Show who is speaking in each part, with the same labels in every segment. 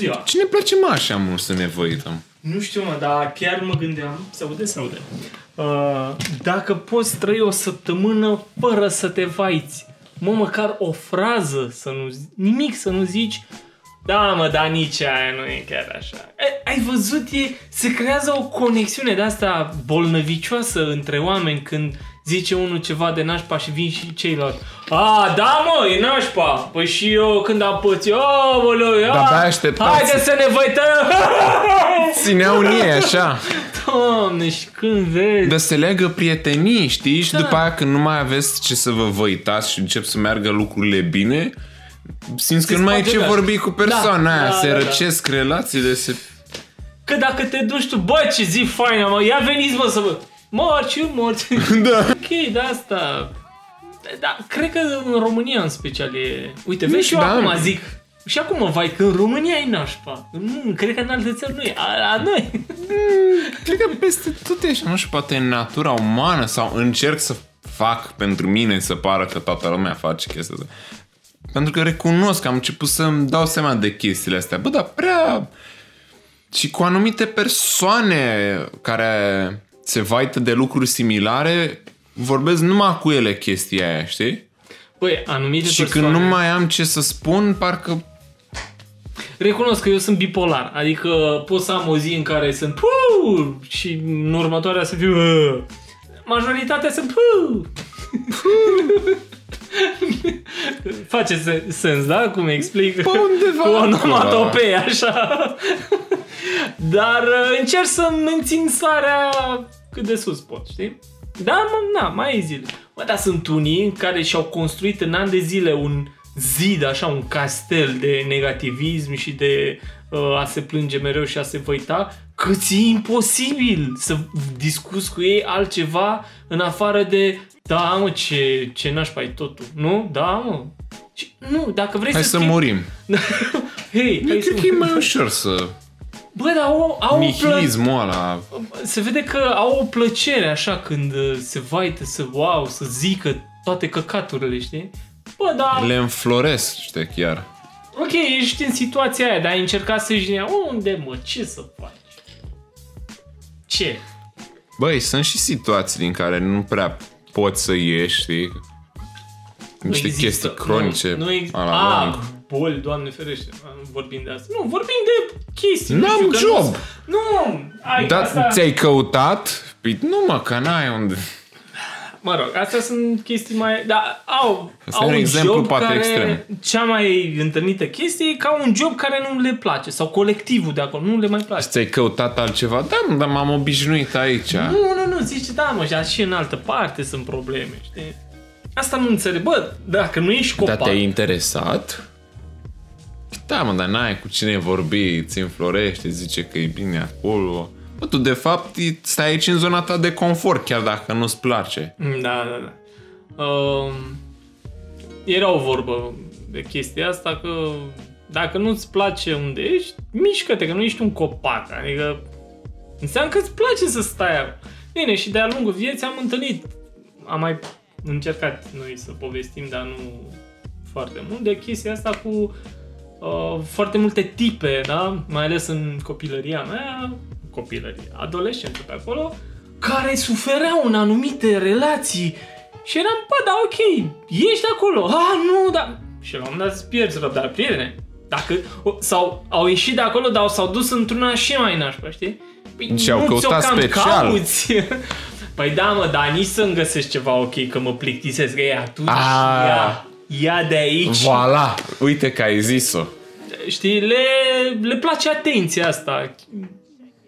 Speaker 1: ziua.
Speaker 2: Ce ne place mai așa mult să ne văităm?
Speaker 1: Nu știu, mă, dar chiar mă gândeam, se aude, se aude, uh, dacă poți trăi o săptămână fără să te vaiți, mă, măcar o frază să nu zi- nimic să nu zici, da, mă, dar nici aia nu e chiar așa. E, ai văzut, e, se creează o conexiune de asta bolnăvicioasă între oameni când zice unul ceva de nașpa și vin și ceilalți. A, da, mă, e nașpa. Păi și eu când am pățit, o, bă,
Speaker 2: Da, Abia așteptați.
Speaker 1: haide să ne văităm!
Speaker 2: Țineau în ei așa.
Speaker 1: Doamne, și când vezi...
Speaker 2: Dar se leagă prietenii, știi?
Speaker 1: Da.
Speaker 2: Și după aia când nu mai aveți ce să vă văitați și încep să meargă lucrurile bine, simți că nu mai e ce
Speaker 1: spate
Speaker 2: vorbi cu persoana
Speaker 1: Da,
Speaker 2: aia,
Speaker 1: da,
Speaker 2: se
Speaker 1: da, da.
Speaker 2: răcesc relațiile, se...
Speaker 1: Că dacă te duci tu, bă, ce zi faină, mă, ia veniți, mă, să vă... Morți, morți.
Speaker 2: Da.
Speaker 1: ok, de asta... Da, cred că în România în special e... Uite, vezi și eu
Speaker 2: Da.
Speaker 1: acum zic... Și acum, vai, că în România e nașpa. Nu, cred că în alte țări nu e. A, la noi.
Speaker 2: Cred că peste tot e așa, nu știu, poate în natura umană sau încerc să fac pentru mine să pară că toată lumea face chestia asta. Pentru că recunosc că am început să-mi dau seama de chestiile astea. Bă, dar prea... Și cu anumite persoane care se vaită de lucruri similare, vorbesc numai cu ele chestia aia, știi?
Speaker 1: Băi, anumite
Speaker 2: Și
Speaker 1: persoane...
Speaker 2: când nu mai am ce să spun, parcă...
Speaker 1: Recunosc că eu sunt bipolar, adică pot să am o zi în care sunt puu și în următoarea să fiu "Ă". Majoritatea sunt puu. Face se- sens, da? Cum explic?
Speaker 2: Pe undeva
Speaker 1: Cu o
Speaker 2: acolo,
Speaker 1: onomatopee, așa. Dar uh, încerc să mențin sarea cât de sus pot, știi? Da, mă, na, mai e zile. Bă, dar sunt unii care și-au construit în ani de zile un zid, așa, un castel de negativism și de uh, a se plânge mereu și a se văita, că ți-e imposibil să discuți cu ei altceva în afară de da, mă, ce, ce nașpa e totul, nu? Da, mă. Și, nu, dacă vrei
Speaker 2: Hai
Speaker 1: să
Speaker 2: să
Speaker 1: schimbi-
Speaker 2: murim.
Speaker 1: Hei, hai să...
Speaker 2: Cred că e mai ușor să...
Speaker 1: Bă, dar au, au o plă...
Speaker 2: Nihilismul ăla...
Speaker 1: Se vede că au o plăcere așa când uh, se vaită, să wow, să zică toate căcaturile, știi? Bă, dar...
Speaker 2: Le înfloresc, știi, chiar.
Speaker 1: Ok, ești în situația aia, dar ai încercat să jignea. Unde, mă? Ce să faci? Ce?
Speaker 2: Băi, sunt și situații din care nu prea poți să ieși, știi? Niște
Speaker 1: există.
Speaker 2: chestii cronice.
Speaker 1: Nu, nu ex- Ah.
Speaker 2: ala
Speaker 1: A,
Speaker 2: oameni.
Speaker 1: boli, doamne ferește, vorbim de asta. Nu, vorbim de chestii. nu
Speaker 2: N-am
Speaker 1: știu, că
Speaker 2: job.
Speaker 1: Nu, nu, ai,
Speaker 2: Da,
Speaker 1: asta...
Speaker 2: ți-ai căutat? Păi nu mă, că n-ai unde.
Speaker 1: Mă rog, astea sunt chestii mai... Da, au,
Speaker 2: Asta
Speaker 1: au
Speaker 2: e un exemplu
Speaker 1: job
Speaker 2: poate
Speaker 1: care,
Speaker 2: extrem.
Speaker 1: Cea mai întâlnită chestie e ca un job care nu le place. Sau colectivul de acolo nu le mai place.
Speaker 2: Ți-ai căutat altceva? Da, mă, dar m-am obișnuit aici.
Speaker 1: Nu, nu, nu, zici, da, mă, dar și în altă parte sunt probleme, știi? Asta nu înțeleg. Bă, dacă nu ești
Speaker 2: Dar
Speaker 1: copac...
Speaker 2: Da, te-ai interesat? Da, mă, dar n-ai cu cine vorbi, ți înflorește, zice că e bine acolo. Bă, tu de fapt e- stai aici în zona ta de confort, chiar dacă nu-ți place.
Speaker 1: Mm, Da, da, da. Uh, era o vorbă de chestia asta că dacă nu-ți place unde ești, mișcă-te, că nu ești un copac. Adică înseamnă că îți place să stai acolo. Bine, și de-a lungul vieții am întâlnit, am mai încercat noi să povestim, dar nu foarte mult, de chestia asta cu uh, foarte multe tipe, da? mai ales în copilăria mea, copilărie, adolescență pe acolo, care sufereau în anumite relații și eram, bă, da, ok, ești acolo, a, nu, da... Și la un moment dat îți pierzi răbdarea, prietene, dacă, o- sau au ieșit de acolo, dar s-au dus într-una și mai nașpa, știi? Păi,
Speaker 2: Și au
Speaker 1: nu ți-o
Speaker 2: căutat
Speaker 1: cam
Speaker 2: special.
Speaker 1: Cauți. Păi da, mă, dar nici să-mi găsesc ceva ok, că mă plictisesc, că e atunci,
Speaker 2: Ah.
Speaker 1: ia, ia de aici.
Speaker 2: Voila! Uite că ai zis-o.
Speaker 1: Știi, le, le place atenția asta.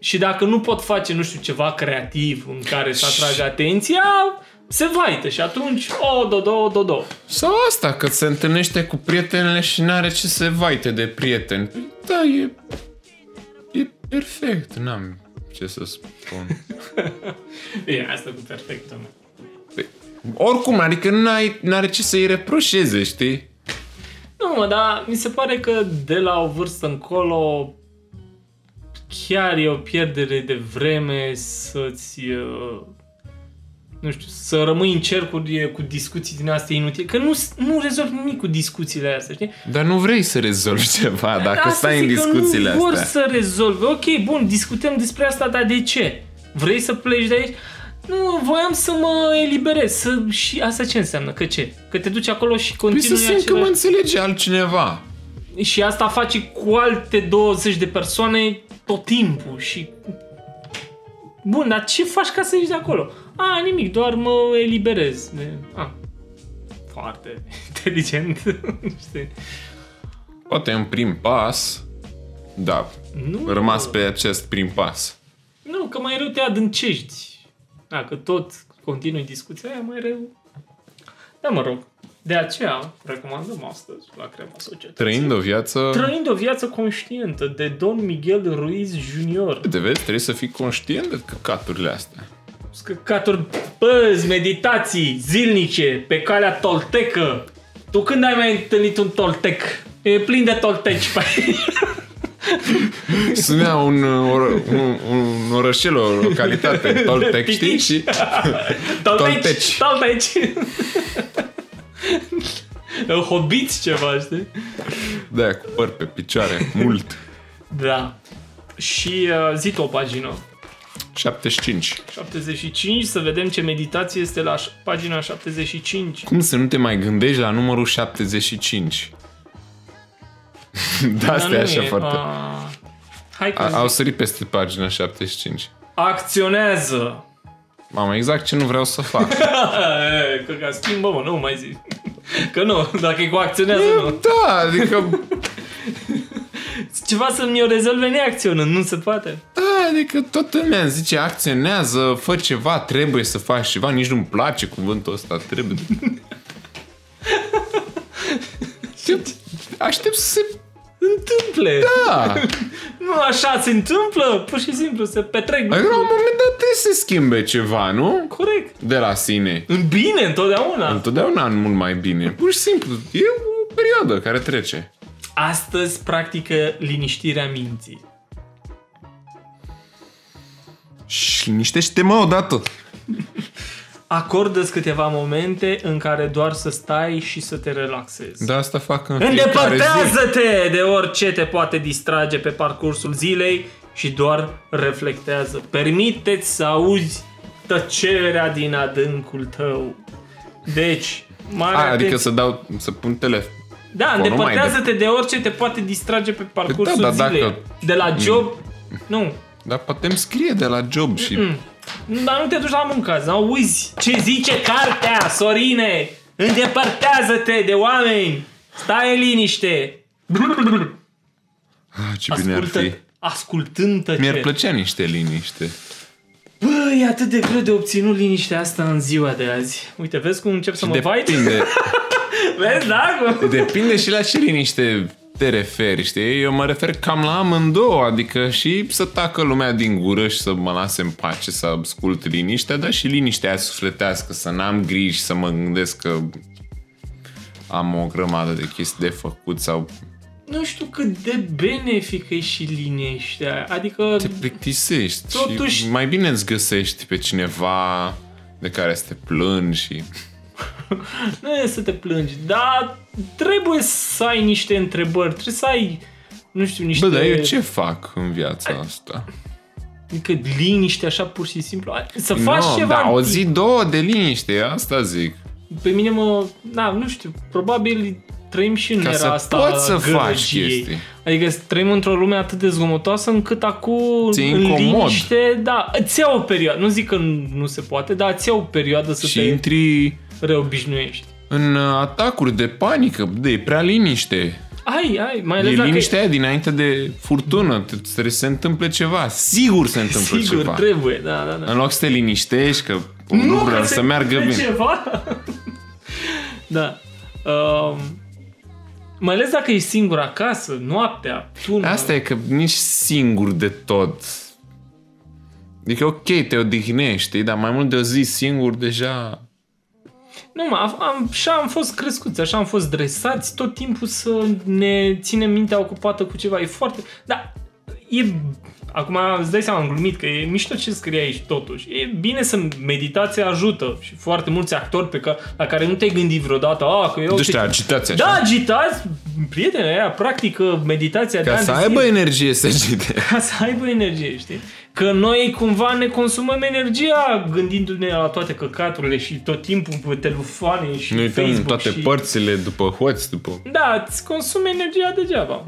Speaker 1: Și dacă nu pot face, nu știu, ceva creativ în care să atragă atenția, se vaită și atunci, o, do, do, do, do.
Speaker 2: Sau asta, că se întâlnește cu prietenele și n-are ce să vaite de prieteni. Păi, Da, e... E perfect, n-am ce să spun.
Speaker 1: Bine, asta cu perfectă, mă.
Speaker 2: Păi, Oricum, adică n-ai, n-are ce să-i reproșeze, știi?
Speaker 1: Nu, mă, dar mi se pare că de la o vârstă încolo chiar e o pierdere de vreme să-ți uh, nu știu, să rămâi în cercuri eh, cu discuții din astea inutile, că nu, nu rezolvi nimic cu discuțiile astea, știi?
Speaker 2: Dar nu vrei să rezolvi ceva dacă
Speaker 1: Asta
Speaker 2: stai în
Speaker 1: Da, zic că
Speaker 2: discuțiile
Speaker 1: nu vor
Speaker 2: astea.
Speaker 1: să rezolve. Ok, bun, discutăm despre asta, dar de ce? Vrei să pleci de aici? Nu, voiam să mă eliberez. Să... Și asta ce înseamnă? Că ce? Că te duci acolo și
Speaker 2: Păi să
Speaker 1: continui
Speaker 2: simt că mă
Speaker 1: același-
Speaker 2: înțelege altcineva.
Speaker 1: Și asta faci cu alte 20 de persoane tot timpul și... Bun, dar ce faci ca să ieși de acolo? A, nimic, doar mă eliberez. De... A. Foarte inteligent. Știi?
Speaker 2: Poate un prim pas, da,
Speaker 1: nu,
Speaker 2: rămas pe acest prim pas.
Speaker 1: Nu, că mai rău te adâncești. Dacă tot continui discuția aia, mai rău. Da, mă rog. De aceea recomandăm astăzi la crema societății.
Speaker 2: Trăind o viață...
Speaker 1: Trăind o viață conștientă de Don Miguel Ruiz Jr.
Speaker 2: de vezi, trebuie să fii conștient de căcaturile astea.
Speaker 1: Scăcaturi, păzi, meditații zilnice pe calea toltecă. Tu când ai mai întâlnit un toltec? E plin de tolteci pe aici.
Speaker 2: Sunea un, uh, or- un, un orășel, o localitate, Toltec, știi? Și
Speaker 1: Tolteci,
Speaker 2: Tolteci.
Speaker 1: tolteci. Hobiți ceva, știi?
Speaker 2: de cu păr pe picioare, mult.
Speaker 1: Da. Și uh, zi tu o pagină.
Speaker 2: 75.
Speaker 1: 75, să vedem ce meditație este la ș- pagina 75.
Speaker 2: Cum să nu te mai gândești la numărul 75? da, asta e
Speaker 1: nu
Speaker 2: așa
Speaker 1: e,
Speaker 2: foarte... A...
Speaker 1: A... Hai că
Speaker 2: Au
Speaker 1: zic.
Speaker 2: sărit peste pagina 75.
Speaker 1: Acționează!
Speaker 2: Mamă, exact ce nu vreau să fac.
Speaker 1: Da, Că ca schimbă, mă, nu mai zic. Că nu, dacă e cu acționează, nu.
Speaker 2: da, adică...
Speaker 1: Ceva să-mi o rezolve neacționând, nu se poate.
Speaker 2: Da, adică toată lumea îmi zice acționează, fă ceva, trebuie să faci ceva, nici nu-mi place cuvântul ăsta, trebuie. Aștept, aștept să se...
Speaker 1: Întâmple!
Speaker 2: Da!
Speaker 1: Nu așa se întâmplă, pur și simplu, se petrec.
Speaker 2: Adică la un moment dat trebuie să se schimbe ceva, nu?
Speaker 1: Corect.
Speaker 2: De la sine.
Speaker 1: În bine, întotdeauna.
Speaker 2: Întotdeauna în mult mai bine. Pur și simplu, e o perioadă care trece.
Speaker 1: Astăzi practică liniștirea minții.
Speaker 2: Și liniștește mă odată.
Speaker 1: acordă câteva momente în care doar să stai și să te relaxezi.
Speaker 2: Da, asta fac în fiecare zi.
Speaker 1: Îndepărtează-te de orice te poate distrage pe parcursul zilei și doar reflectează. Permiteți să auzi tăcerea din adâncul tău. Deci, mare
Speaker 2: A, adică
Speaker 1: atenție-
Speaker 2: să dau, să pun telefon.
Speaker 1: Da,
Speaker 2: nu mai
Speaker 1: îndepărtează-te de orice te poate distrage pe parcursul
Speaker 2: da, dacă-
Speaker 1: zilei. De la job, nu,
Speaker 2: Dar poate îmi scrie de la job și... Mm.
Speaker 1: Dar nu te duci la muncă, să auzi ce zice cartea, Sorine! Îndepărtează-te de oameni! Stai în liniște!
Speaker 2: Ah, ce bine ar
Speaker 1: Ascultă,
Speaker 2: fi.
Speaker 1: ascultând
Speaker 2: Mi-ar
Speaker 1: tăcere.
Speaker 2: plăcea niște liniște.
Speaker 1: Bă, e atât de greu de obținut liniștea asta în ziua de azi. Uite, vezi cum încep să mă bait?
Speaker 2: Depinde,
Speaker 1: Vezi, da? Cum?
Speaker 2: depinde și la ce liniște te referi, știi? Eu mă refer cam la amândouă, adică și să tacă lumea din gură și să mă lase în pace, să ascult liniștea, dar și liniștea aia sufletească, să n-am griji, să mă gândesc că am o grămadă de chestii de făcut sau
Speaker 1: Nu știu cât de benefică e și liniștea. Adică,
Speaker 2: te plictisești
Speaker 1: Totuși-
Speaker 2: și mai bine îți găsești pe cineva de care să te plângi și...
Speaker 1: nu e să te plângi, dar trebuie să ai niște întrebări, trebuie să ai, nu știu, niște...
Speaker 2: Bă, dar eu ce fac în viața asta?
Speaker 1: Adică liniște așa pur și simplu. Ai- Să
Speaker 2: Nu,
Speaker 1: faci ceva
Speaker 2: da,
Speaker 1: în
Speaker 2: o
Speaker 1: timp.
Speaker 2: zi, două de liniște, asta zic.
Speaker 1: Pe mine mă... Da, nu știu. Probabil trăim și în
Speaker 2: Ca
Speaker 1: era
Speaker 2: să
Speaker 1: asta
Speaker 2: poți să
Speaker 1: a
Speaker 2: faci
Speaker 1: gălăgiei.
Speaker 2: chestii.
Speaker 1: Adică să trăim într-o lume atât de zgomotoasă încât acum
Speaker 2: Ți-e
Speaker 1: în
Speaker 2: incomod.
Speaker 1: liniște, da, îți ia o perioadă. Nu zic că nu se poate, dar îți ia o perioadă să
Speaker 2: și
Speaker 1: te
Speaker 2: intri
Speaker 1: reobișnuiești.
Speaker 2: în uh, atacuri de panică, de e prea liniște.
Speaker 1: Ai, ai, mai
Speaker 2: E
Speaker 1: ales dacă
Speaker 2: liniștea aia dinainte de furtună, te- trebuie să se întâmple ceva, sigur se întâmplă
Speaker 1: sigur
Speaker 2: ceva.
Speaker 1: trebuie, da, da, da.
Speaker 2: În loc să te liniștești, că nu,
Speaker 1: că
Speaker 2: vreau
Speaker 1: se
Speaker 2: să meargă
Speaker 1: întâmplă
Speaker 2: bine.
Speaker 1: Ceva? da. Um, mai ales dacă ești singur acasă, noaptea, tu
Speaker 2: Asta e că nici singur de tot. Adică ok, te odihnești, știi, dar mai mult de o zi singur deja...
Speaker 1: Nu, mă, am- am, așa am fost crescuți, așa am fost dresați tot timpul să ne ținem mintea ocupată cu ceva. E foarte... Da, e... Acum îți dai seama, am glumit, că e mișto ce scrie aici totuși. E bine să meditația ajută și foarte mulți actori pe care, la care nu te-ai gândit vreodată, a, că eu...
Speaker 2: Deci te agitați așa.
Speaker 1: Da, agitați, prietene, aia practică meditația de
Speaker 2: Ca
Speaker 1: ani
Speaker 2: să
Speaker 1: de
Speaker 2: aibă
Speaker 1: zile,
Speaker 2: energie să citești.
Speaker 1: ca să aibă energie, știi? Că noi cumva ne consumăm energia gândindu-ne la toate căcaturile și tot timpul pe telefoane și
Speaker 2: Ne uităm în
Speaker 1: Facebook
Speaker 2: toate
Speaker 1: și...
Speaker 2: părțile, după hoți, după...
Speaker 1: Da, îți consumi energia degeaba.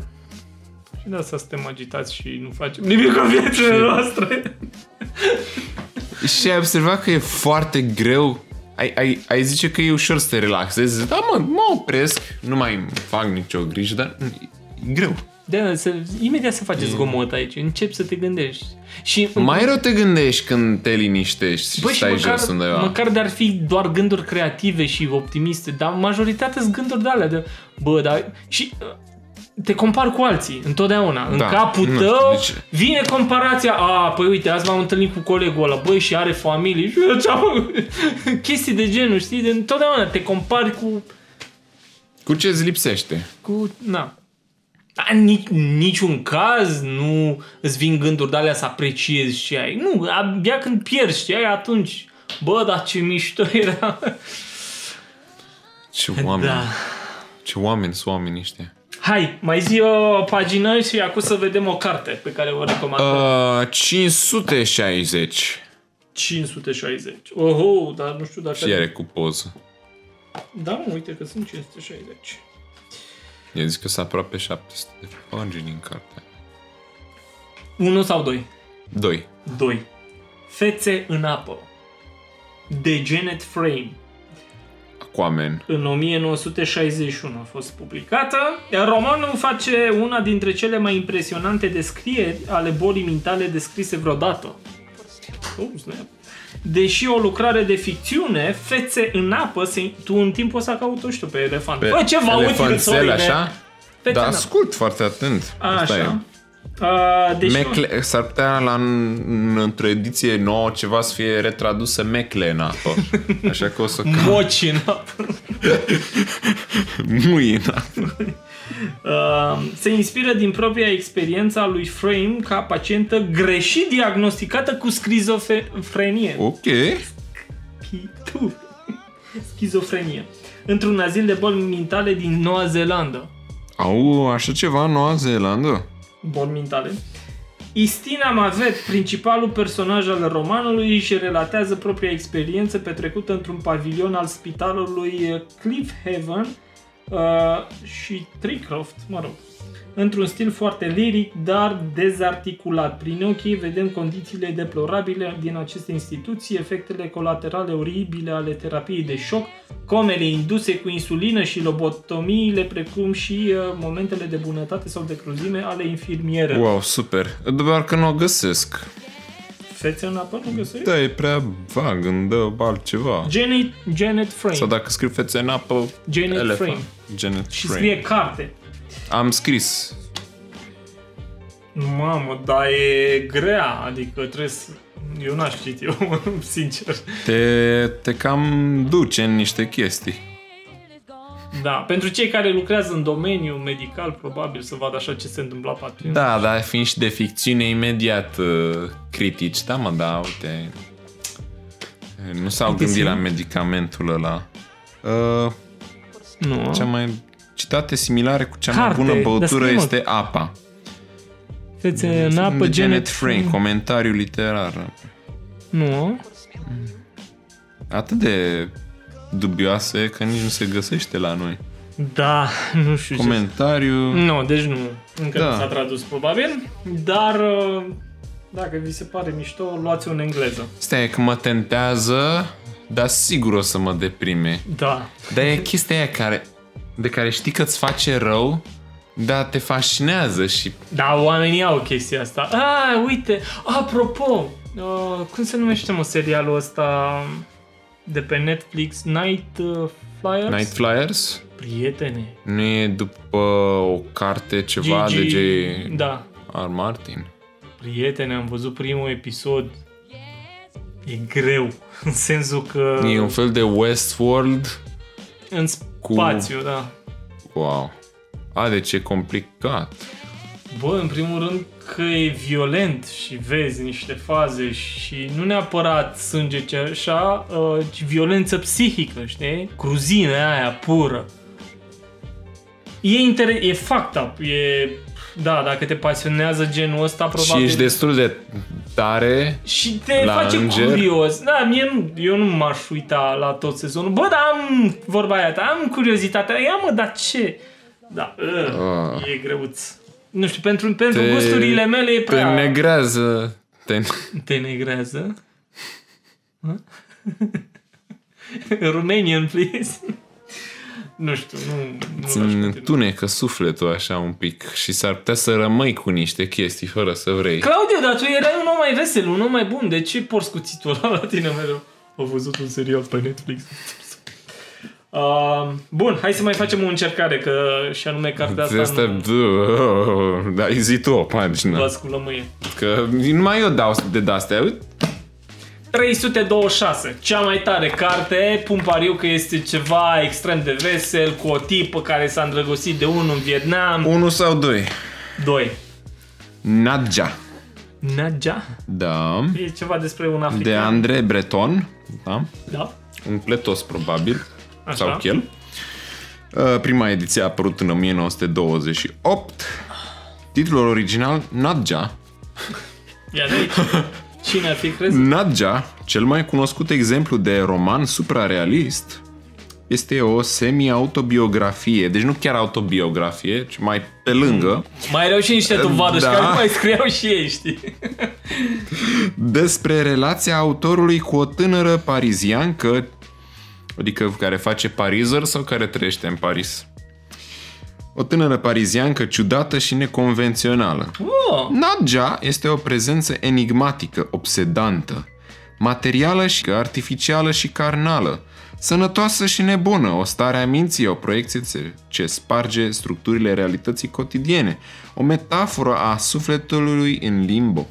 Speaker 1: Și de asta suntem agitați și nu facem nimic cu viețile noastre.
Speaker 2: Și ai observat că e foarte greu ai, ai, ai zice că e ușor să te relaxezi. Zici, Da, mă, mă opresc, nu mai fac nicio grijă, dar e greu.
Speaker 1: Da, să, imediat să faci zgomot aici, începi să te gândești. Și
Speaker 2: Mai rău te gândești când te liniștești și
Speaker 1: Bă, și
Speaker 2: stai
Speaker 1: măcar,
Speaker 2: jos undeva.
Speaker 1: măcar de-ar fi doar gânduri creative și optimiste, dar majoritatea sunt gânduri de alea de, bă, dar... Și uh, te compar cu alții, întotdeauna. În
Speaker 2: Da,
Speaker 1: capul
Speaker 2: nu
Speaker 1: tău
Speaker 2: știu deci- de
Speaker 1: vine comparația, a, păi uite, azi m-am întâlnit cu colegul ăla, băi, și are familie, și eu ce-am... Chestii de genul, știi? De, întotdeauna te compari cu...
Speaker 2: Cu ce îți lipsește?
Speaker 1: cu na. A, nici, niciun caz nu îți vin gânduri de alea să apreciezi ce ai. Nu, abia când pierzi ce ai, atunci, bă, dar ce mișto era.
Speaker 2: Ce oameni.
Speaker 1: Da.
Speaker 2: Ce oameni sunt oamenii ăștia.
Speaker 1: Hai, mai zi o pagină și acum să vedem o carte pe care o recomand. Uh.
Speaker 2: Uh, 560.
Speaker 1: 560. Oho, dar nu știu dacă...
Speaker 2: Și iar e cu poză.
Speaker 1: Da, mă, uite că sunt 560.
Speaker 2: Eu zic că sunt aproape 700 de pagini în carte.
Speaker 1: 1 sau 2?
Speaker 2: 2.
Speaker 1: 2. Fețe în apă. De Janet Frame.
Speaker 2: Aquaman.
Speaker 1: în 1961 a fost publicată. Romanul face una dintre cele mai impresionante descrieri ale bolii mentale descrise vreodată. Oh, snap. Deși o lucrare de ficțiune, fețe în apă, se, tu în timpul ăsta caută, nu știu, pe elefant. Pe Bă, ceva util,
Speaker 2: Elefanțel,
Speaker 1: sorry,
Speaker 2: așa?
Speaker 1: Fețe
Speaker 2: Da,
Speaker 1: în apă.
Speaker 2: ascult foarte atent. Asta e.
Speaker 1: Așa. Uh, deși
Speaker 2: Mecle- s-ar putea la în, într-o ediție nouă ceva să fie retradusă mecle în apă. Așa că o să ca
Speaker 1: Moci în apă.
Speaker 2: mui în apă.
Speaker 1: Uh, se inspiră din propria experiență a lui Frame ca pacientă greșit diagnosticată cu schizofrenie.
Speaker 2: Ok.
Speaker 1: Schitu. Schizofrenie. Într-un azil de boli mentale din Noua Zeelandă.
Speaker 2: Au așa ceva în Noua Zeelandă?
Speaker 1: Boli mentale. Istina Mavet, principalul personaj al romanului, își relatează propria experiență petrecută într-un pavilion al spitalului eh, Cliffhaven uh, și Tricroft, mă rog, într-un stil foarte liric, dar dezarticulat. Prin ochii vedem condițiile deplorabile din aceste instituții, efectele colaterale oribile ale terapiei de șoc, comele induse cu insulină și lobotomiile, precum și uh, momentele de bunătate sau de cruzime ale infirmierelor.
Speaker 2: Wow, super. Doar că nu o găsesc.
Speaker 1: Fețe în apă nu găsești?
Speaker 2: Da, e prea vag, îmi dă altceva.
Speaker 1: Janet, Janet Frame.
Speaker 2: Sau dacă scriu fețe în apă,
Speaker 1: Janet
Speaker 2: elefant.
Speaker 1: Frame.
Speaker 2: Janet
Speaker 1: și
Speaker 2: Frame.
Speaker 1: scrie carte.
Speaker 2: Am scris.
Speaker 1: Mamă, dar e grea, adică trebuie să... Eu n-aș citit eu, sincer.
Speaker 2: Te, te cam duce în niște chestii.
Speaker 1: Da, pentru cei care lucrează în domeniul medical, probabil să vadă așa ce se întâmpla pe atunci.
Speaker 2: Da, dar fiind și de ficțiune, imediat uh, critici. Da, mă, da, uite. Nu s-au
Speaker 1: Uite,
Speaker 2: gândit
Speaker 1: sim.
Speaker 2: la medicamentul ăla. Uh,
Speaker 1: Nu.
Speaker 2: cea mai citate similare cu cea
Speaker 1: Carte,
Speaker 2: mai bună
Speaker 1: dar
Speaker 2: băutură
Speaker 1: scrie, mă.
Speaker 2: este apa.
Speaker 1: Fețe în apă,
Speaker 2: de
Speaker 1: Janet
Speaker 2: Janet Frame, comentariu literar.
Speaker 1: Nu.
Speaker 2: Atât de dubioase că nici nu se găsește la noi.
Speaker 1: Da, nu știu ce...
Speaker 2: Comentariu...
Speaker 1: Nu, deci nu. Încă
Speaker 2: Da.
Speaker 1: nu s-a tradus probabil, dar uh, dacă vi se pare mișto, luați-o în engleză.
Speaker 2: Stai că mă tentează, dar sigur o să mă deprime.
Speaker 1: Da.
Speaker 2: Dar e chestia aia care, de care știi că îți face rău, dar te fascinează și...
Speaker 1: Da, oamenii au chestia asta. A, uite, apropo, uh, cum se numește mă serialul ăsta de pe Netflix, Night uh, Flyers?
Speaker 2: Night Flyers?
Speaker 1: Prietene.
Speaker 2: Nu e după o carte ceva
Speaker 1: Gigi-
Speaker 2: de J.
Speaker 1: Da,
Speaker 2: R. Martin?
Speaker 1: prietene, am văzut primul episod. E greu, în sensul că
Speaker 2: E un fel de Westworld?
Speaker 1: în spațiu, da.
Speaker 2: Wow. A, deci e complicat.
Speaker 1: Bă, în primul rând că e violent și vezi niște faze și nu neapărat sânge ce așa, uh, ci violență psihică, știi? Cruzinea aia pură. E, inter- e fucked up, e... Da, dacă te pasionează genul ăsta, probabil...
Speaker 2: Și ești destul de tare.
Speaker 1: Și te
Speaker 2: La
Speaker 1: face
Speaker 2: înger.
Speaker 1: curios. Da, mie nu, eu nu m-aș uita la tot sezonul. Bă, dar am vorba aia ta, am curiozitatea. Ia mă, dar ce? Da, uh,
Speaker 2: Ah.
Speaker 1: e greuț. Nu știu, pentru, pentru
Speaker 2: Te-
Speaker 1: gusturile mele e
Speaker 2: Te
Speaker 1: prea...
Speaker 2: negrează. Te...
Speaker 1: te negrează. Hă? Romanian, please. nu știu, nu...
Speaker 2: Îți
Speaker 1: nu l-aș continua.
Speaker 2: întunecă sufletul așa un pic și s-ar putea să rămâi cu niște chestii fără să vrei.
Speaker 1: Claudiu, dar tu erai un om mai vesel, un om mai bun. De ce porți cuțitul ăla la tine mereu? Am văzut un serial pe Netflix. Uh, bun, hai să mai facem o încercare, că și anume cartea asta
Speaker 2: De asta,
Speaker 1: nu
Speaker 2: da, ai zi tu o pagină.
Speaker 1: v-ați cu lămâie.
Speaker 2: Că numai eu dau de astea. Uite,
Speaker 1: 326, cea mai tare carte, pun pariu că este ceva extrem de vesel, cu o tipă care s-a îndrăgostit de unul în Vietnam.
Speaker 2: Unu sau doi.
Speaker 1: 2.
Speaker 2: Nadja.
Speaker 1: Naja?
Speaker 2: Da.
Speaker 1: E ceva despre un
Speaker 2: De
Speaker 1: african.
Speaker 2: Andre Breton. Da.
Speaker 1: Da?
Speaker 2: Un pletos probabil.
Speaker 1: Așa.
Speaker 2: Sau chel. Uh, Prima ediție a apărut în 1928. Titlul original, Nadja.
Speaker 1: Ia de aici. Cine ar fi crezut?
Speaker 2: Nadja, cel mai cunoscut exemplu de roman suprarealist, este o semi-autobiografie, deci nu chiar autobiografie, ci mai pe lângă,
Speaker 1: Mai erau și niște dovadă și
Speaker 2: Da.
Speaker 1: care mai scriau și ei, știi?
Speaker 2: despre relația autorului cu o tânără pariziancă, adică care face parizer sau care trăiește în Paris. O tânără pariziancă ciudată și neconvențională.
Speaker 1: Oh,
Speaker 2: Nadja este o prezență enigmatică, obsedantă, materială și artificială și carnală, sănătoasă și nebună, o stare a minții, o proiecție ce- ce sparge structurile realității cotidiene, o metaforă a sufletului în limbo.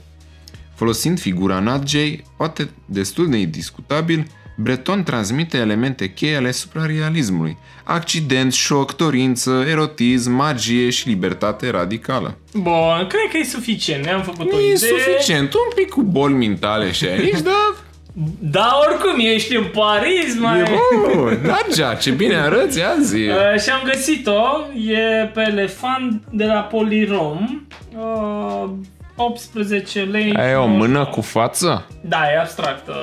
Speaker 2: Folosind figura Nadjei, poate destul de discutabil, Breton transmite elemente cheie ale suprarealismului, accident, șoc, dorință, erotism, magie și libertate radicală.
Speaker 1: bun, cred că e suficient. Ne-am făcut o
Speaker 2: E
Speaker 1: idee.
Speaker 2: suficient, un pic cu boli mentale și aici, dar
Speaker 1: Da, oricum, ești în Paris, mai...
Speaker 2: e bun. Nargea, ce bine arăți azi.
Speaker 1: Uh, și am găsit-o, e pe Elefant de la Polirom. Uh, 18 lei.
Speaker 2: Ai o mână cu față?
Speaker 1: Da, e abstractă.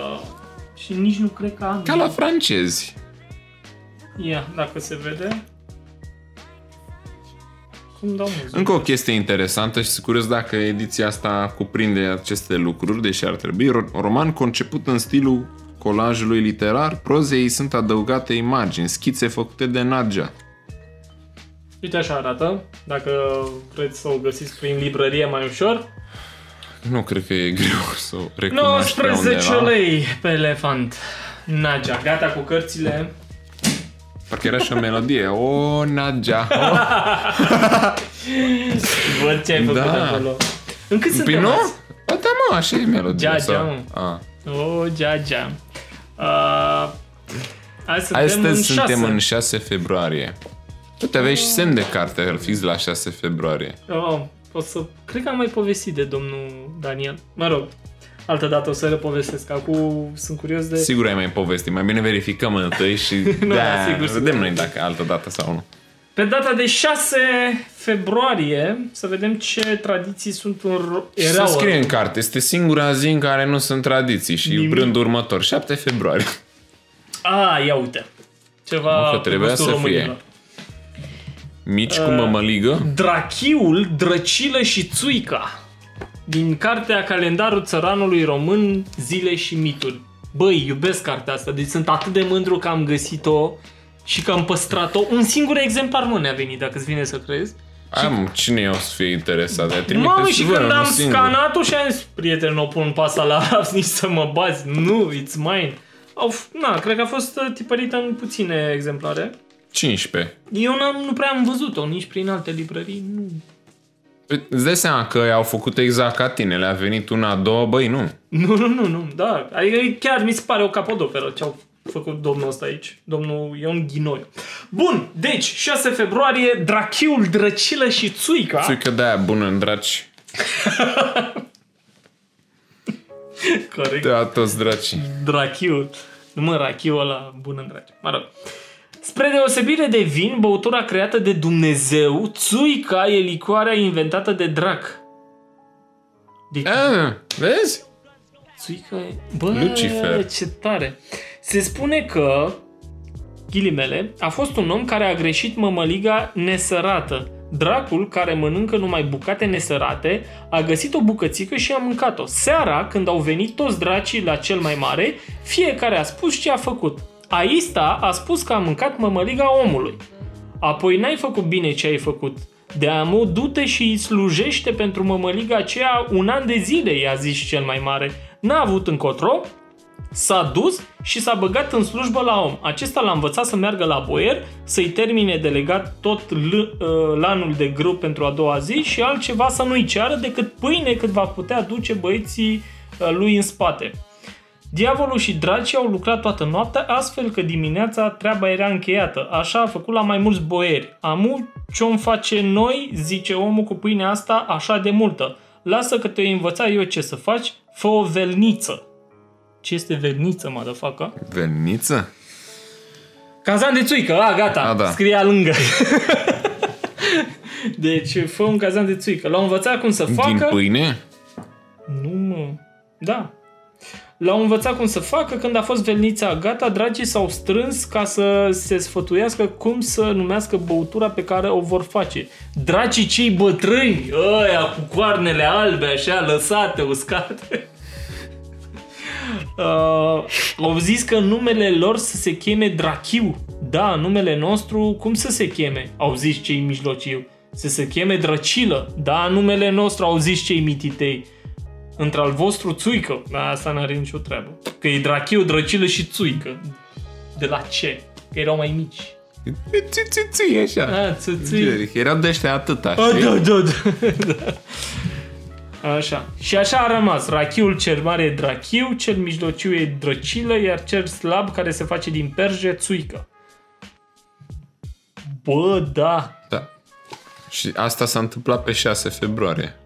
Speaker 1: Și nici nu cred că am.
Speaker 2: Ca la francezi.
Speaker 1: Ia, dacă se vede. Cum dau mă,
Speaker 2: Încă o chestie interesantă și sunt curios dacă ediția asta cuprinde aceste lucruri, deși ar trebui. Ro- Roman conceput în stilul colajului literar, prozei sunt adăugate imagini, schițe făcute de Nadja.
Speaker 1: Uite așa arată, dacă vreți să o găsiți prin librărie mai ușor.
Speaker 2: Nu cred că e greu să o recunoști pe
Speaker 1: 19
Speaker 2: undeva.
Speaker 1: lei pe elefant. Nagea, gata cu cărțile.
Speaker 2: Parcă era și o melodie. O, Nadja, o.
Speaker 1: Văd ce ai făcut
Speaker 2: Da.
Speaker 1: acolo. În cât
Speaker 2: Păi
Speaker 1: suntem
Speaker 2: nu?
Speaker 1: azi?
Speaker 2: Ba da, mă, așa e melodia.
Speaker 1: Gea,
Speaker 2: sau-
Speaker 1: gea, mă.
Speaker 2: A.
Speaker 1: O, gea, gea. Oh, Uh, azi suntem
Speaker 2: Astăzi
Speaker 1: în
Speaker 2: suntem
Speaker 1: șase.
Speaker 2: în 6 februarie. Tu te aveai și semn de carte, el fix la 6 februarie.
Speaker 1: Oh, o să... Cred că am mai povestit de domnul Daniel. Mă rog, altă dată o să repovestesc. Acum sunt curios de...
Speaker 2: Sigur ai mai povestit, mai bine verificăm întâi și
Speaker 1: Nu,
Speaker 2: da,
Speaker 1: da, sigur, sigur.
Speaker 2: vedem noi dacă altă dată sau nu.
Speaker 1: Pe data de 6 februarie, să vedem ce tradiții sunt în... Ro-
Speaker 2: Și să
Speaker 1: erau
Speaker 2: scrie în carte, este singura zi în care nu sunt tradiții și
Speaker 1: Nimic.
Speaker 2: rândul următor, 7 februarie.
Speaker 1: A, ia uite. Ceva
Speaker 2: Mă, că
Speaker 1: pe
Speaker 2: trebuia
Speaker 1: gustul
Speaker 2: să fie.
Speaker 1: românilor.
Speaker 2: Mici
Speaker 1: Uh,
Speaker 2: cu mămăligă?
Speaker 1: Drachiul, drăcilă și țuica. Din cartea Calendarul țăranului român, zile și mituri. Băi, iubesc cartea asta, deci sunt atât de mândru că am găsit-o și că am păstrat-o. Un singur exemplar nu ne-a venit, dacă îți vine să crezi.
Speaker 2: Am, cine eu să fie interesat? Ai trimite
Speaker 1: Mamă, și
Speaker 2: voi,
Speaker 1: când
Speaker 2: unul
Speaker 1: am
Speaker 2: singur.
Speaker 1: scanat-o și am zis, prieten, nu pun pasta la raps, nici să mă bazi. Nu, it's mine. Au, f- na, cred că a fost uh, tipărită în puține exemplare.
Speaker 2: 15.
Speaker 1: Eu n-am, nu prea am văzut-o, nici prin alte librării, nu.
Speaker 2: Păi, Îți dai seama că au făcut exact ca tine, le-a venit una, două, băi, nu.
Speaker 1: Nu, nu, nu, nu, da. Adică chiar mi se pare o capodoperă ce au făcut domnul ăsta aici, domnul Ion Ghinoiu. Bun, deci, 6 februarie, Drachiul, Drăcilă și Țuica.
Speaker 2: Țui că de-aia bună, dragi.
Speaker 1: Corect.
Speaker 2: Da, toți dragi.
Speaker 1: Drachiu. Nu mă, rachiu ăla bun în dragi. Mă rog. Spre deosebire de vin, băutura creată de Dumnezeu, țuica e licoarea inventată de drac. Deci,
Speaker 2: Ah, vezi?
Speaker 1: țuica e... Bă,
Speaker 2: Lucifer.
Speaker 1: ce tare! Se spune că, ghilimele, a fost un om care a greșit mămăliga nesărată. Dracul, care mănâncă numai bucate nesărate, a găsit o bucățică și a mâncat-o. Seara, când au venit toți dracii la cel mai mare, fiecare a spus ce a făcut. Aista a spus că a mâncat mămăliga omului. Apoi n-ai făcut bine ce ai făcut. De amu, du-te și îi slujește pentru mămăliga aceea un an de zile, i-a zis cel mai mare. N-a avut încotro, S-a dus și s-a băgat în slujbă la om. Acesta l-a învățat să meargă la boier, să-i termine delegat tot l- ă, lanul de grâu pentru a doua zi și altceva să nu-i ceară decât pâine cât va putea duce băieții ă, lui în spate. Diavolul și dracii au lucrat toată noaptea, astfel că dimineața treaba era încheiată. Așa a făcut la mai mulți boieri. Amu, ce-om face noi, zice omul cu pâinea asta, așa de multă. Lasă că te-o învăța eu ce să faci, fă o velniță. Ce este verniță, motherfucker?
Speaker 2: Veniță?
Speaker 1: Cazan de țuică, a, gata,
Speaker 2: A,
Speaker 1: a,
Speaker 2: da.
Speaker 1: da. scria lângă. deci, fă un cazan de țuică. L-au învățat cum să
Speaker 2: Din
Speaker 1: facă...
Speaker 2: pâine?
Speaker 1: Nu, mă. Da. L-au învățat cum să facă, când a fost velnița gata, dragii s-au strâns ca să se sfătuiască cum să numească băutura pe care o vor face. Dragii cei bătrâni, ăia cu coarnele albe, așa, lăsate, uscate. Uh, au zis că numele lor să se cheme Drachiu. Da, numele nostru, cum să se cheme? Au zis cei mijlociu. Să se cheme Drăcilă. Da, numele nostru, au zis cei mititei. Într-al vostru țuică. Da, asta n-are nicio treabă. Că e Drachiu, Drăcilă și țuică. De la ce? Că erau mai mici.
Speaker 2: Ți, ți, ți, așa.
Speaker 1: A, țățâi.
Speaker 2: Geric, Ah, Erau de ăștia atâta,
Speaker 1: A, da,
Speaker 2: știi?
Speaker 1: da, da. da. Așa. Și așa a rămas. Rachiul cel mare e drachiu, cel mijlociu e drăcilă, iar cel slab care se face din perje, țuică. Bă, da.
Speaker 2: Da. Și asta s-a întâmplat pe 6 februarie.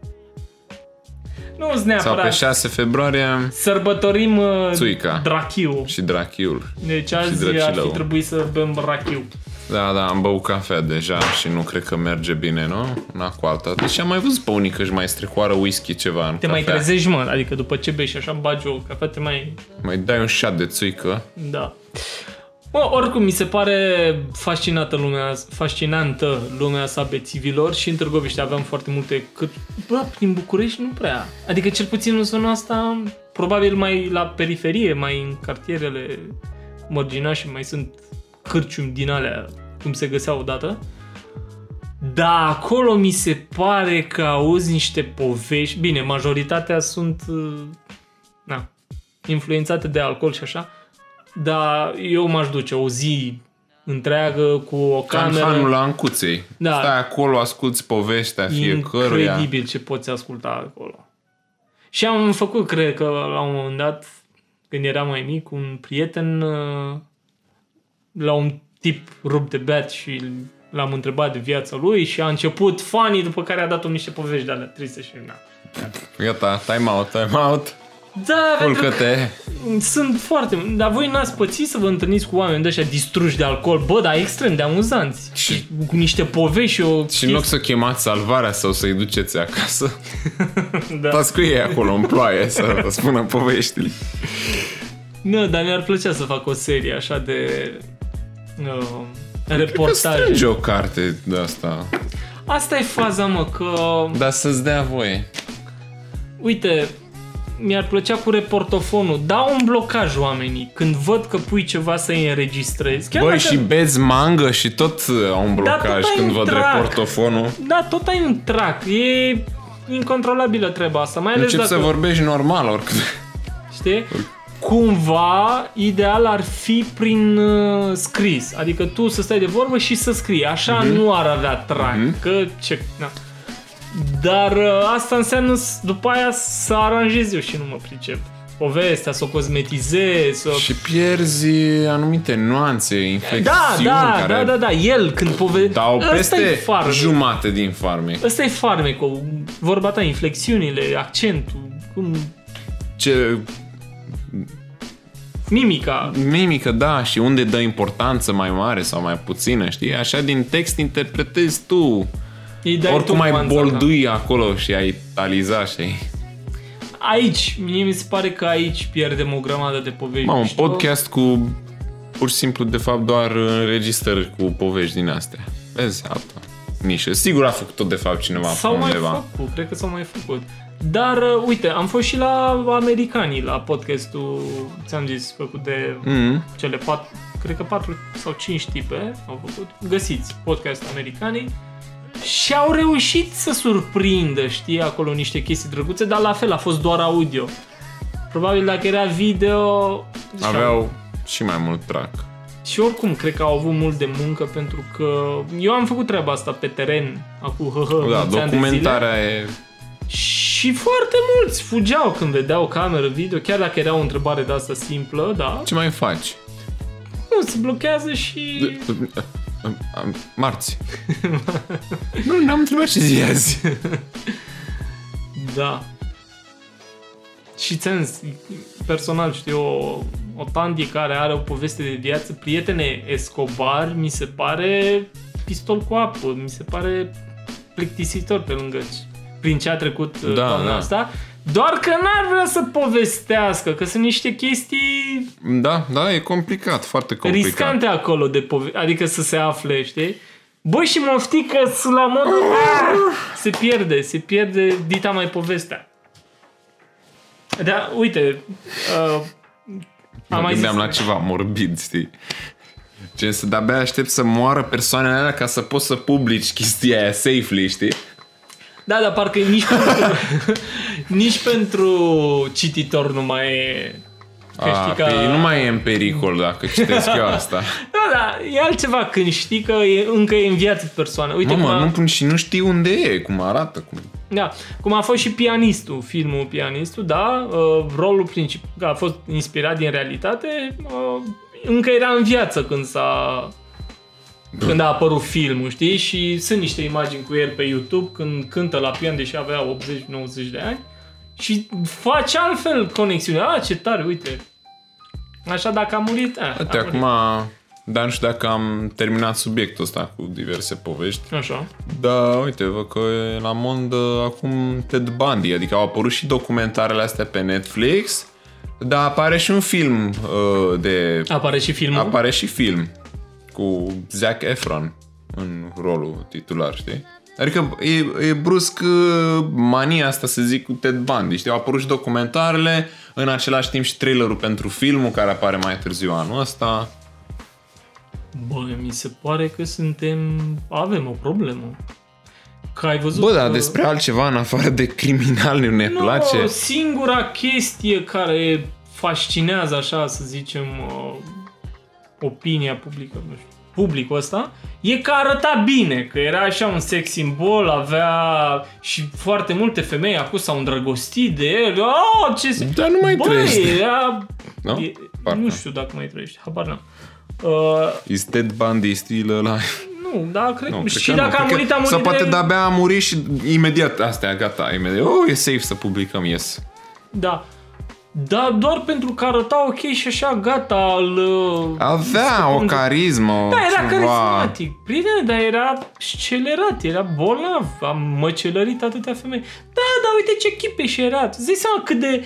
Speaker 1: Nu-s
Speaker 2: Sau pe
Speaker 1: neapărat.
Speaker 2: 6 februarie
Speaker 1: Sărbătorim uh,
Speaker 2: Țuica.
Speaker 1: drachiu.
Speaker 2: și Drachiul.
Speaker 1: Deci azi
Speaker 2: drăcilă,
Speaker 1: ar fi
Speaker 2: om.
Speaker 1: trebuit să bem rachiu.
Speaker 2: Da, da, am băut cafea deja și nu cred că merge bine, nu? Una cu alta. Deci am mai văzut pe unii că își mai strecoară whisky ceva în
Speaker 1: Te mai
Speaker 2: cafea.
Speaker 1: trezești, mă, adică după ce bei și așa bagi o cafea, te mai
Speaker 2: Mai dai un șat de țuică.
Speaker 1: Da. Bă, oricum, mi se pare fascinată lumea, fascinantă lumea asta pe civilor și în Târgoviște aveam foarte multe cât... Bă, prin București nu prea. Adică cel puțin în zona asta, probabil mai la periferie, mai în cartierele mărginașe, mai sunt cârciumi din alea, cum se găseau odată. Da, acolo mi se pare că auzi niște povești. Bine, majoritatea sunt... uh, Na, influențate de alcool și așa, dar eu m-aș duce o zi întreagă cu o
Speaker 2: Ca în hanul
Speaker 1: cameră.
Speaker 2: la ancuței.
Speaker 1: Da.
Speaker 2: Stai acolo, asculți povestea fiecăruia.
Speaker 1: Incredibil ce poți asculta acolo. Și am făcut, cred că la un moment dat, când eram mai mic, un prieten uh, la un tip rupt de beat și l-am întrebat de viața lui și a început fanii după care a dat un niște povești de alea triste și na.
Speaker 2: Gata, time out, time out.
Speaker 1: Da, pentru că
Speaker 2: Culcă-te.
Speaker 1: Sunt foarte... Dar voi n-ați pățit să vă întâlniți cu oameni de ăștia distruși de alcool? Bă, dar extrem de amuzanți.
Speaker 2: Și-
Speaker 1: Și cu niște povești și o...
Speaker 2: Și în loc să chemați salvarea sau să-i duceți acasă,
Speaker 1: da.
Speaker 2: stați cu ei acolo în ploaie să spună poveștile.
Speaker 1: Nu, dar mi-ar plăcea să fac o serie așa de... Uh,
Speaker 2: Că
Speaker 1: reportaje.
Speaker 2: strânge o carte de asta.
Speaker 1: Asta e faza, mă, că...
Speaker 2: Dar să-ți dea voie.
Speaker 1: Uite, mi-ar plăcea cu reportofonul. Dau un blocaj oamenii când văd că pui ceva să-i înregistrezi. Chiar
Speaker 2: Băi,
Speaker 1: dacă- Da,
Speaker 2: și beți mangă și tot uh, au un blocaj
Speaker 1: tot ai
Speaker 2: când
Speaker 1: un
Speaker 2: văd
Speaker 1: trac.
Speaker 2: reportofonul.
Speaker 1: Da, tot ai un trac. E incontrolabilă treaba asta, mai ales
Speaker 2: Încep
Speaker 1: dacă...
Speaker 2: să vorbești normal oricând.
Speaker 1: Știi? Cumva, ideal ar fi prin uh, scris. Adică tu să stai de vorbă și să scrii. Așa
Speaker 2: Mhm.
Speaker 1: nu ar avea trac. Că ce... Na. Dar uh, asta înseamnă s- după aia să aranjez eu și nu mă pricep. povestea, să o cosmetizezi, să...
Speaker 2: Și pierzi anumite nuanțe, infecțiuni
Speaker 1: Da, da,
Speaker 2: care
Speaker 1: da, da, da, el când pove...
Speaker 2: dau
Speaker 1: Ăsta-i
Speaker 2: peste
Speaker 1: farmec.
Speaker 2: jumate din farmec.
Speaker 1: Ăsta e farmecul, vorba ta, inflexiunile, accentul, cum,
Speaker 2: Ce
Speaker 1: mimica.
Speaker 2: mimică, da, și unde dă importanță mai mare sau mai puțină, știi? Așa din text interpretezi tu.
Speaker 1: Îi dai
Speaker 2: Dai Oricum
Speaker 1: tu
Speaker 2: ai
Speaker 1: nuanța ta.
Speaker 2: boldui acolo și ai taliza și ai...
Speaker 1: Aici, mie mi se pare că aici pierdem o grămadă de povești.
Speaker 2: Mamă, un
Speaker 1: mișto.
Speaker 2: podcast cu pur și simplu, de fapt, doar înregistrări cu povești din astea. Vezi, altă nișă. Sigur a făcut tot, de fapt, cineva
Speaker 1: S-au
Speaker 2: sau
Speaker 1: mai
Speaker 2: undeva.
Speaker 1: făcut, cred că s-au mai făcut. Dar, uh, uite, am fost și la americanii, la podcastul, ți-am zis, făcut de
Speaker 2: Mm,
Speaker 1: cele patru, cred că patru sau cinci tipe au făcut. Găsiți podcast americanii. Și au reușit să surprindă, știi, acolo niște chestii drăguțe, dar la fel a fost doar audio. Probabil dacă era video... și-au-
Speaker 2: aveau și mai mult track.
Speaker 1: și oricum, cred că au avut mult de muncă pentru că eu am făcut treaba asta pe teren acum, hă, hă, mulți
Speaker 2: Da,
Speaker 1: ani de zile.
Speaker 2: documentarea e...
Speaker 1: Și foarte mulți fugeau când vedeau cameră video, chiar dacă era o întrebare de asta simplă, da.
Speaker 2: Ce mai faci?
Speaker 1: Nu, se blochează și...
Speaker 2: Marți. nu, n-am întrebat ce zi e azi.
Speaker 1: Da. Și ți-am zis, personal știu o, o tandie care are o poveste de viață, prietene Escobar, mi se pare pistol cu apă, mi se pare plictisitor pe lângă ce- prin ce a trecut da,
Speaker 2: Da,
Speaker 1: doamna
Speaker 2: da.
Speaker 1: asta. Doar că n-ar vrea să povestească, că sunt niște chestii
Speaker 2: Da, da, e complicat, foarte complicat.
Speaker 1: riscante acolo, de pove- adică să se afle, știi? Bă, și mofti că sunt la modul... Ah! se pierde, se pierde dita mai povestea. Da, uite, uh,
Speaker 2: Mă
Speaker 1: am mai zis,
Speaker 2: gândeam la ceva morbid, știi? Gen, să de-abia aștept să moară persoanele alea ca să poți să publici chestia aia safely, știi?
Speaker 1: Da, dar parcă nici pentru, nici pentru cititor nu mai e... că
Speaker 2: A,
Speaker 1: știi că-
Speaker 2: că... Ah, păi nu mai e în pericol dacă citesc eu asta.
Speaker 1: Da, da, e altceva când știi că e, încă e în viață persoana. Uite cum
Speaker 2: Mamă,
Speaker 1: a-
Speaker 2: nu pun și nu știu unde e, cum arată, cum...
Speaker 1: Da, cum a fost și pianistul, filmul Pianistul, da, uh, rolul principal a fost inspirat din realitate, uh, încă era în viață când s-a când a apărut filmul, știi? Și sunt niște imagini cu el pe YouTube când cântă la pian, deși avea 80-90 de ani și face altfel conexiunea. A, ce tare, uite. Așa dacă a murit, a,
Speaker 2: Uite,
Speaker 1: a
Speaker 2: acum...
Speaker 1: murit.
Speaker 2: Dar nu știu dacă am terminat subiectul ăsta cu diverse povești.
Speaker 1: Așa.
Speaker 2: Da, uite, vă că e la mondă acum Ted Bundy, adică au apărut și documentarele astea pe Netflix, dar apare și un film uh, de
Speaker 1: Apare și filmul.
Speaker 2: Apare și film cu Zac Efron în rolul titular, știi? Adică e, e brusc uh, mania asta, să zic, cu Ted Bundy, știi? Au apărut și documentarele, în același timp și trailerul pentru filmul care apare mai târziu anul ăsta.
Speaker 1: Bă, mi se pare că suntem... avem o problemă. Că ai văzut
Speaker 2: Bă,
Speaker 1: că...
Speaker 2: dar despre altceva în afară de criminal nu ne
Speaker 1: nu,
Speaker 2: place.
Speaker 1: singura chestie care fascinează, așa să zicem, uh, opinia publică, nu știu, publicul ăsta, e că arăta bine, că era așa un sex simbol, avea și foarte multe femei acum s-au îndrăgostit de el. Oh, ce se...
Speaker 2: Dar nu mai
Speaker 1: Bă,
Speaker 2: trăiește.
Speaker 1: era...
Speaker 2: Nu?
Speaker 1: E,
Speaker 2: Parcă.
Speaker 1: nu știu dacă mai trăiește, habar n-am. Uh,
Speaker 2: Is Ted Bundy still alive?
Speaker 1: nu, da, cred,
Speaker 2: Nu,
Speaker 1: nu,
Speaker 2: cred
Speaker 1: și
Speaker 2: că nu.
Speaker 1: dacă a
Speaker 2: Cred că-
Speaker 1: murit, a murit
Speaker 2: Sau poate da
Speaker 1: de...
Speaker 2: de-abia a murit și imediat astea, gata, imediat. Oh, e safe să publicăm, yes.
Speaker 1: Da. Da, doar pentru că arăta ok și așa, gata, îl... uh,
Speaker 2: Avea o carismă,
Speaker 1: Da, era
Speaker 2: ceva.
Speaker 1: carismatic, prietene, dar era scelerat, era bolnav, am măcelărit atâtea femei. Da, dar uite ce chipe și era. Îți dai seama cât de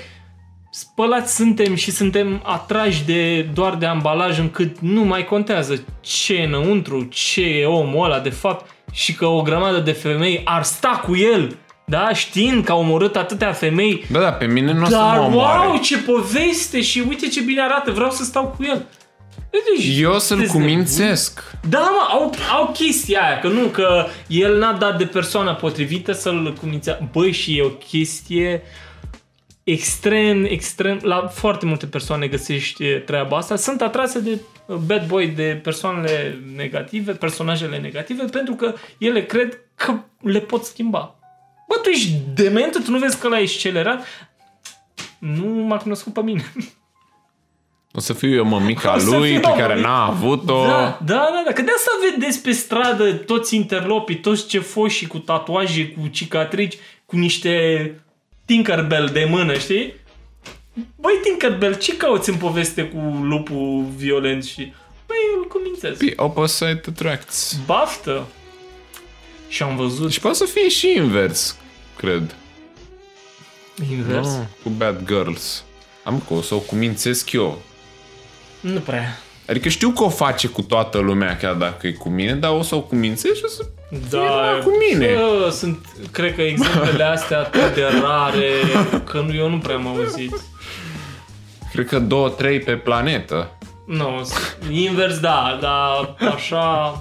Speaker 1: spălați suntem și suntem atrași de, doar de ambalaj încât nu mai contează ce e înăuntru, ce e omul ăla de fapt și că o grămadă de femei ar sta cu el, da, știind că au omorât atâtea femei
Speaker 2: Bă, da, pe mine nu o să
Speaker 1: dar
Speaker 2: mă omoare.
Speaker 1: wow, ce poveste și uite ce bine arată, vreau să stau cu el. Deci,
Speaker 2: Eu să-l
Speaker 1: sunteți nebuni?
Speaker 2: cumințesc.
Speaker 1: Da, mă, au, au chestia aia, că nu, că el n-a dat de persoana potrivită să-l cumințea. Băi, și e o chestie extrem, extrem, la foarte multe persoane găsești treaba asta. Sunt atrase de uh, bad boy, de persoanele negative, personajele negative, pentru că ele cred că le pot schimba. Bă, tu ești dement, tu nu vezi că l-ai accelerat? nu m-a cunoscut pe mine.
Speaker 2: O să fiu eu mămica
Speaker 1: O să
Speaker 2: lui
Speaker 1: fiu
Speaker 2: pe
Speaker 1: eu
Speaker 2: care
Speaker 1: mămica.
Speaker 2: n-a avut-o.
Speaker 1: Da, da, da, da. Că de asta vedeți pe stradă toți interlopii, toți ce foși cu tatuaje, cu cicatrici, cu niște Tinkerbell de mână, știi? Băi, Tinkerbell, ce cauți în poveste cu lupul violent și... Băi, eu îl cumințez.
Speaker 2: The opposite attracts.
Speaker 1: Baftă! Și am văzut
Speaker 2: Și poate să fie și invers, cred.
Speaker 1: invers.
Speaker 2: Nu? Cu bad girls. Am că o să o cumințesc eu.
Speaker 1: Nu prea.
Speaker 2: Adică știu că o face cu toată lumea, chiar dacă e cu mine, dar o să o cumințesc și o să... Fie
Speaker 1: Da,
Speaker 2: numai cu mine.
Speaker 1: Bă, sunt, cred că exemplele astea atât de rare, că nu, eu nu prea am auzit.
Speaker 2: Cred că două, trei pe planetă.
Speaker 1: Nu, s- invers da, dar așa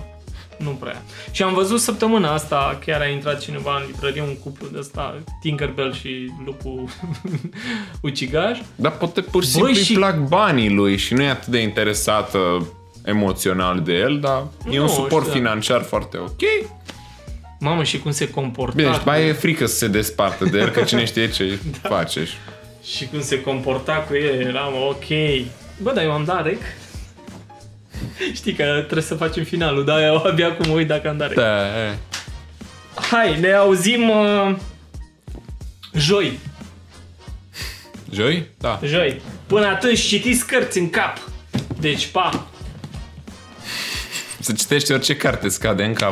Speaker 1: nu prea. Și am văzut săptămâna asta, chiar a intrat cineva în librărie, un cuplu de ăsta, Tinkerbell și lupul ucigaș.
Speaker 2: Dar poate pur și simplu
Speaker 1: Băi,
Speaker 2: îi
Speaker 1: și-
Speaker 2: plac banii lui și nu e atât de interesată emoțional de el, dar e
Speaker 1: Nu, da.
Speaker 2: un suport
Speaker 1: știu.
Speaker 2: financiar foarte ok.
Speaker 1: Mamă, și cum se comporta
Speaker 2: Bine, și
Speaker 1: cu-
Speaker 2: mai e frică să se despartă de el, că cine știe ce
Speaker 1: Da.
Speaker 2: face.
Speaker 1: și cum se comporta cu el, eram ok. Bă, dar eu am Darek. Știi că trebuie să facem finalul, dar eu abia acum mă uit dacă am Darek.
Speaker 2: Da, e.
Speaker 1: Hai, ne auzim uh, joi.
Speaker 2: Joi? Da.
Speaker 1: Joi. Până atunci citiți cărți în cap. Deci, pa!
Speaker 2: Să citești orice carte scade în cap.